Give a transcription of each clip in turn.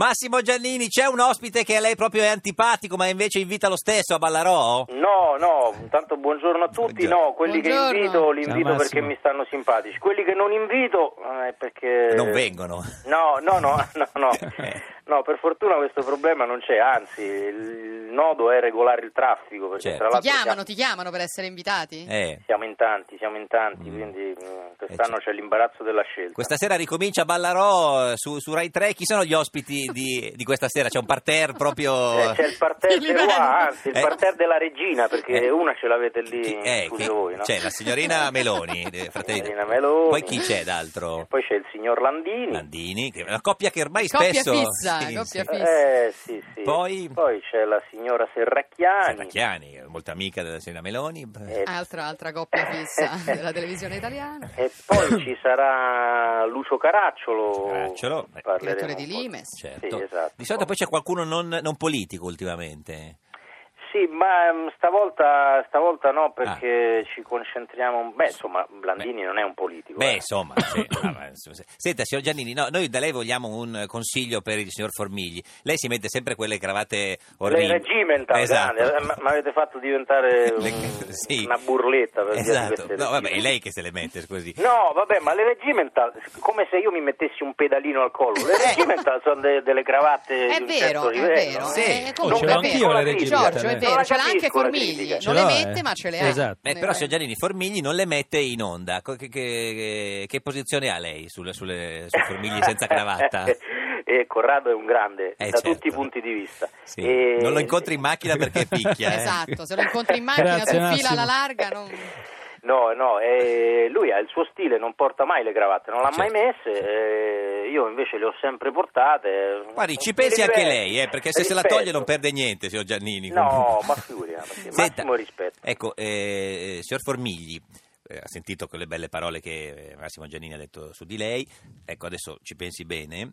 Massimo Giannini, c'è un ospite che a lei proprio è antipatico, ma invece invita lo stesso a Ballarò? No, no, intanto buongiorno a tutti. Buongiorno. No, quelli Buongiorno. che invito li Ciao, invito Massimo. perché mi stanno simpatici. Quelli che non invito eh, è perché Non vengono. No, no, no, no, no. No, per fortuna questo problema non c'è, anzi, il nodo è regolare il traffico perché Certo. tra Ti l'altro chiamano, siamo, ti chiamano per essere invitati? Eh. siamo in tanti, siamo in tanti, Mm. quindi mm, quest'anno Eh, c'è l'imbarazzo della scelta. Questa sera ricomincia Ballarò eh, su, su Rai 3. Chi sono gli ospiti di, di questa sera? C'è un parterre proprio... Eh, c'è il parterre Chi de- li prende? ah, anzi, il Eh. parterre della regina, perché Eh. una ce l'avete lì Chi- eh, scusi chi- voi, no? C'è la signorina Meloni, eh, fratelli. Signorina Meloni. Poi chi c'è d'altro? Poi c'è il signor Landini. Landini, che è una coppia che ormai Coppia spesso... fissa, coppia fissa. Eh, sì, sì. Poi? c'è la signora Serracchiani. Serracchiani, che è molto amica della signorina Meloni. Eh, Ah, Altra, altra coppia fissa della televisione italiana. E poi ci sarà Lucio Caracciolo. Caracciolo, beh. Parleremo Direttore di un po'. Limes. Certo. Sì, esatto. Di solito poi c'è qualcuno non, non politico ultimamente. Sì, ma mm, stavolta, stavolta no, perché ci concentriamo... Beh, insomma, Blandini non è un politico. Ah. Beh, eh. insomma, sì, ah, ma insomma, se- senta, signor Giannini, no, noi da lei vogliamo un consiglio per il signor Formigli. Lei si mette sempre quelle cravate Lei orribili. regimenta, Esatto. grande, eh, ma mi avete fatto diventare Le- un- sì. una burletta per via di Esatto. queste No, vabbè, è regimental. lei che se le mette, così. No, vabbè, ma le regimental, come se io mi mettessi un pedalino al collo. Le regimental sono de- delle cravatte Eh. È di un vero, certo è livello. vero. Sì. eh, Oh, comunque ce l'ho è vero. anch'io le regimental, Giorgio, è eh. vero, Non la ce l'ha anche capisco la Formigli. critica. Non Ce le l'ho, mette, eh. ma ce le ha. Esatto. Beh, però, signor Giannini, Formigli non le mette in onda. Co- Che, che- che posizione ha lei sulle, sulle- su Formigli senza cravatta? Eh, Corrado è un grande Eh, da certo. tutti i punti di vista. Eh, Sì. E- Non lo incontri in macchina perché picchia. eh. Esatto, se lo incontri in macchina Grazie, su fila Massimo. alla larga non... No, no, eh, lui ha il suo stile, non porta mai le cravatte, non l'ha mai Certo. messe, eh, io invece le ho sempre portate. Guardi, ci Mi pensi anche diverto. lei, eh, perché se se la Rispetto. toglie non perde niente, signor Giannini. No, comunque. ma figuriamo, perché Senta, massimo rispetto. Ecco, eh, signor Formigli, eh, ha sentito quelle belle parole che eh, Massimo Giannini ha detto su di lei. Ecco, adesso ci pensi bene.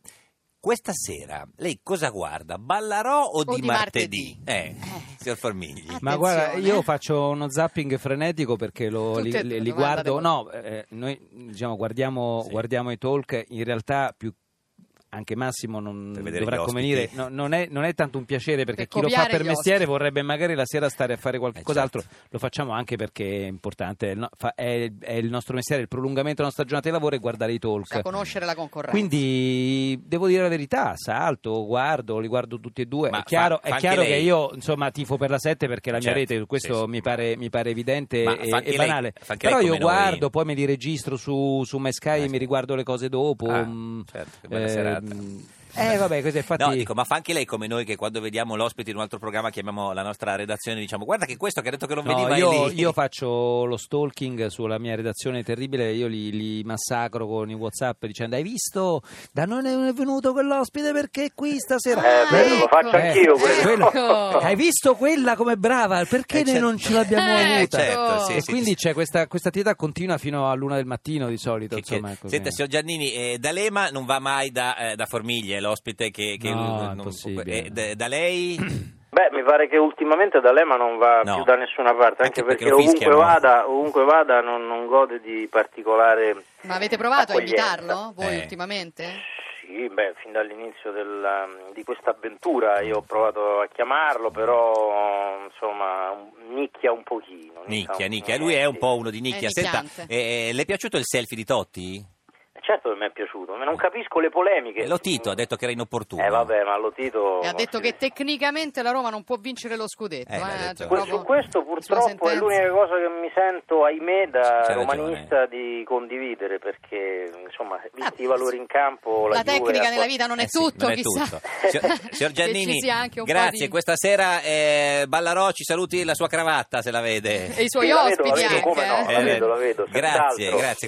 Questa sera lei cosa guarda? Ballarò o, O di, di martedì? martedì? Eh, Eh. signor Formigli. Ah, Ma Attenzione. guarda, io faccio uno zapping frenetico perché lo, Tutte li, e li- due, li guardate guardo. No, eh, noi diciamo, guardiamo, Sì. guardiamo i talk, in realtà più anche Massimo non Per vedere gli dovrà ospiti. convenire, No, non, è, non è tanto un piacere Per perché chi lo fa copiare per gli mestiere ospiti. vorrebbe magari la sera stare a fare qualcos'altro, Eh, lo facciamo anche perché è importante, no, fa- è, è il nostro mestiere, il prolungamento della nostra giornata di lavoro è guardare i talk. Sa conoscere la concorrenza. Quindi devo dire la verità, salto, guardo, li guardo tutti e due. Ma è chiaro, fa- fa è anche chiaro lei? che io insomma tifo per la 7 perché la Certo, mia rete, questo sì, sì. mi, pare, mi pare evidente Ma e, fa anche e lei- banale. fa anche lei Però io come noi. guardo, poi me li registro su, su My Sky Ah, e mi riguardo le cose dopo. Ah, mm, certo, che bella serata. eh, vabbè, questo è infatti... No, dico, ma fa anche lei come noi che quando vediamo l'ospite in un altro programma chiamiamo la nostra redazione e diciamo guarda che questo che ha detto che non No, veniva è io, lì. io faccio lo stalking sulla mia redazione terribile, io li, li massacro con i WhatsApp dicendo: Hai visto? Da noi non è venuto quell'ospite perché è qui stasera. Eh, Hai beh, lo visto- faccio anch'io quello. Ah, Ecco. Hai visto quella come brava? Perché Eh, noi certo. non ce l'abbiamo Eh, avuta? certo, sì, e sì, quindi sì. c'è questa, questa attività continua fino all'una del mattino di solito. Che- che- insomma, ecco, senta, che- signor Giannini, eh, D'Alema non va mai da, eh, da Formiglie, è l'ospite che... che No, non- impossibile. eh, da- da lei? Beh, mi pare che ultimamente D'Alema non va No. più da nessuna parte, Anche anche, perché perché, lo ovunque fischiano. vada, ovunque vada non, non gode di particolare... Ma avete provato a accoglienza. invitarlo voi Eh. ultimamente? Sì, beh, fin dall'inizio della- di questa avventura io ho provato a chiamarlo, però insomma un- nicchia un pochino. Nicchia, un- nicchia, lui è un sì. po' uno di nicchia. È Senta, nicchiante. eh, le è piaciuto il selfie di Totti? Certo che mi è piaciuto, ma non capisco le polemiche. Lo Tito ha detto che era inopportuno. Eh vabbè, ma lo Tito... E ha detto che tecnicamente la Roma non può vincere lo scudetto. Eh, eh, l'ha detto. cioè, Que- proprio Su questo sulla purtroppo è sentenza. l'unica cosa che mi sento, ahimè, da C'ha ragione. romanista di condividere, perché insomma, Ah, visti i valori in campo... La, La, Juve tecnica ha- nella vita non è Eh sì, tutto, non è chissà. tutto. Signor, signor Che ci Giannini, sia anche un po' grazie. di- Questa sera eh, Ballarò ci saluti la sua cravatta se la vede. E i suoi Sì, la vedo, ospiti la vedo, anche. come no, eh. Oh, la vedo, la vedo, Grazie, senz'altro. grazie.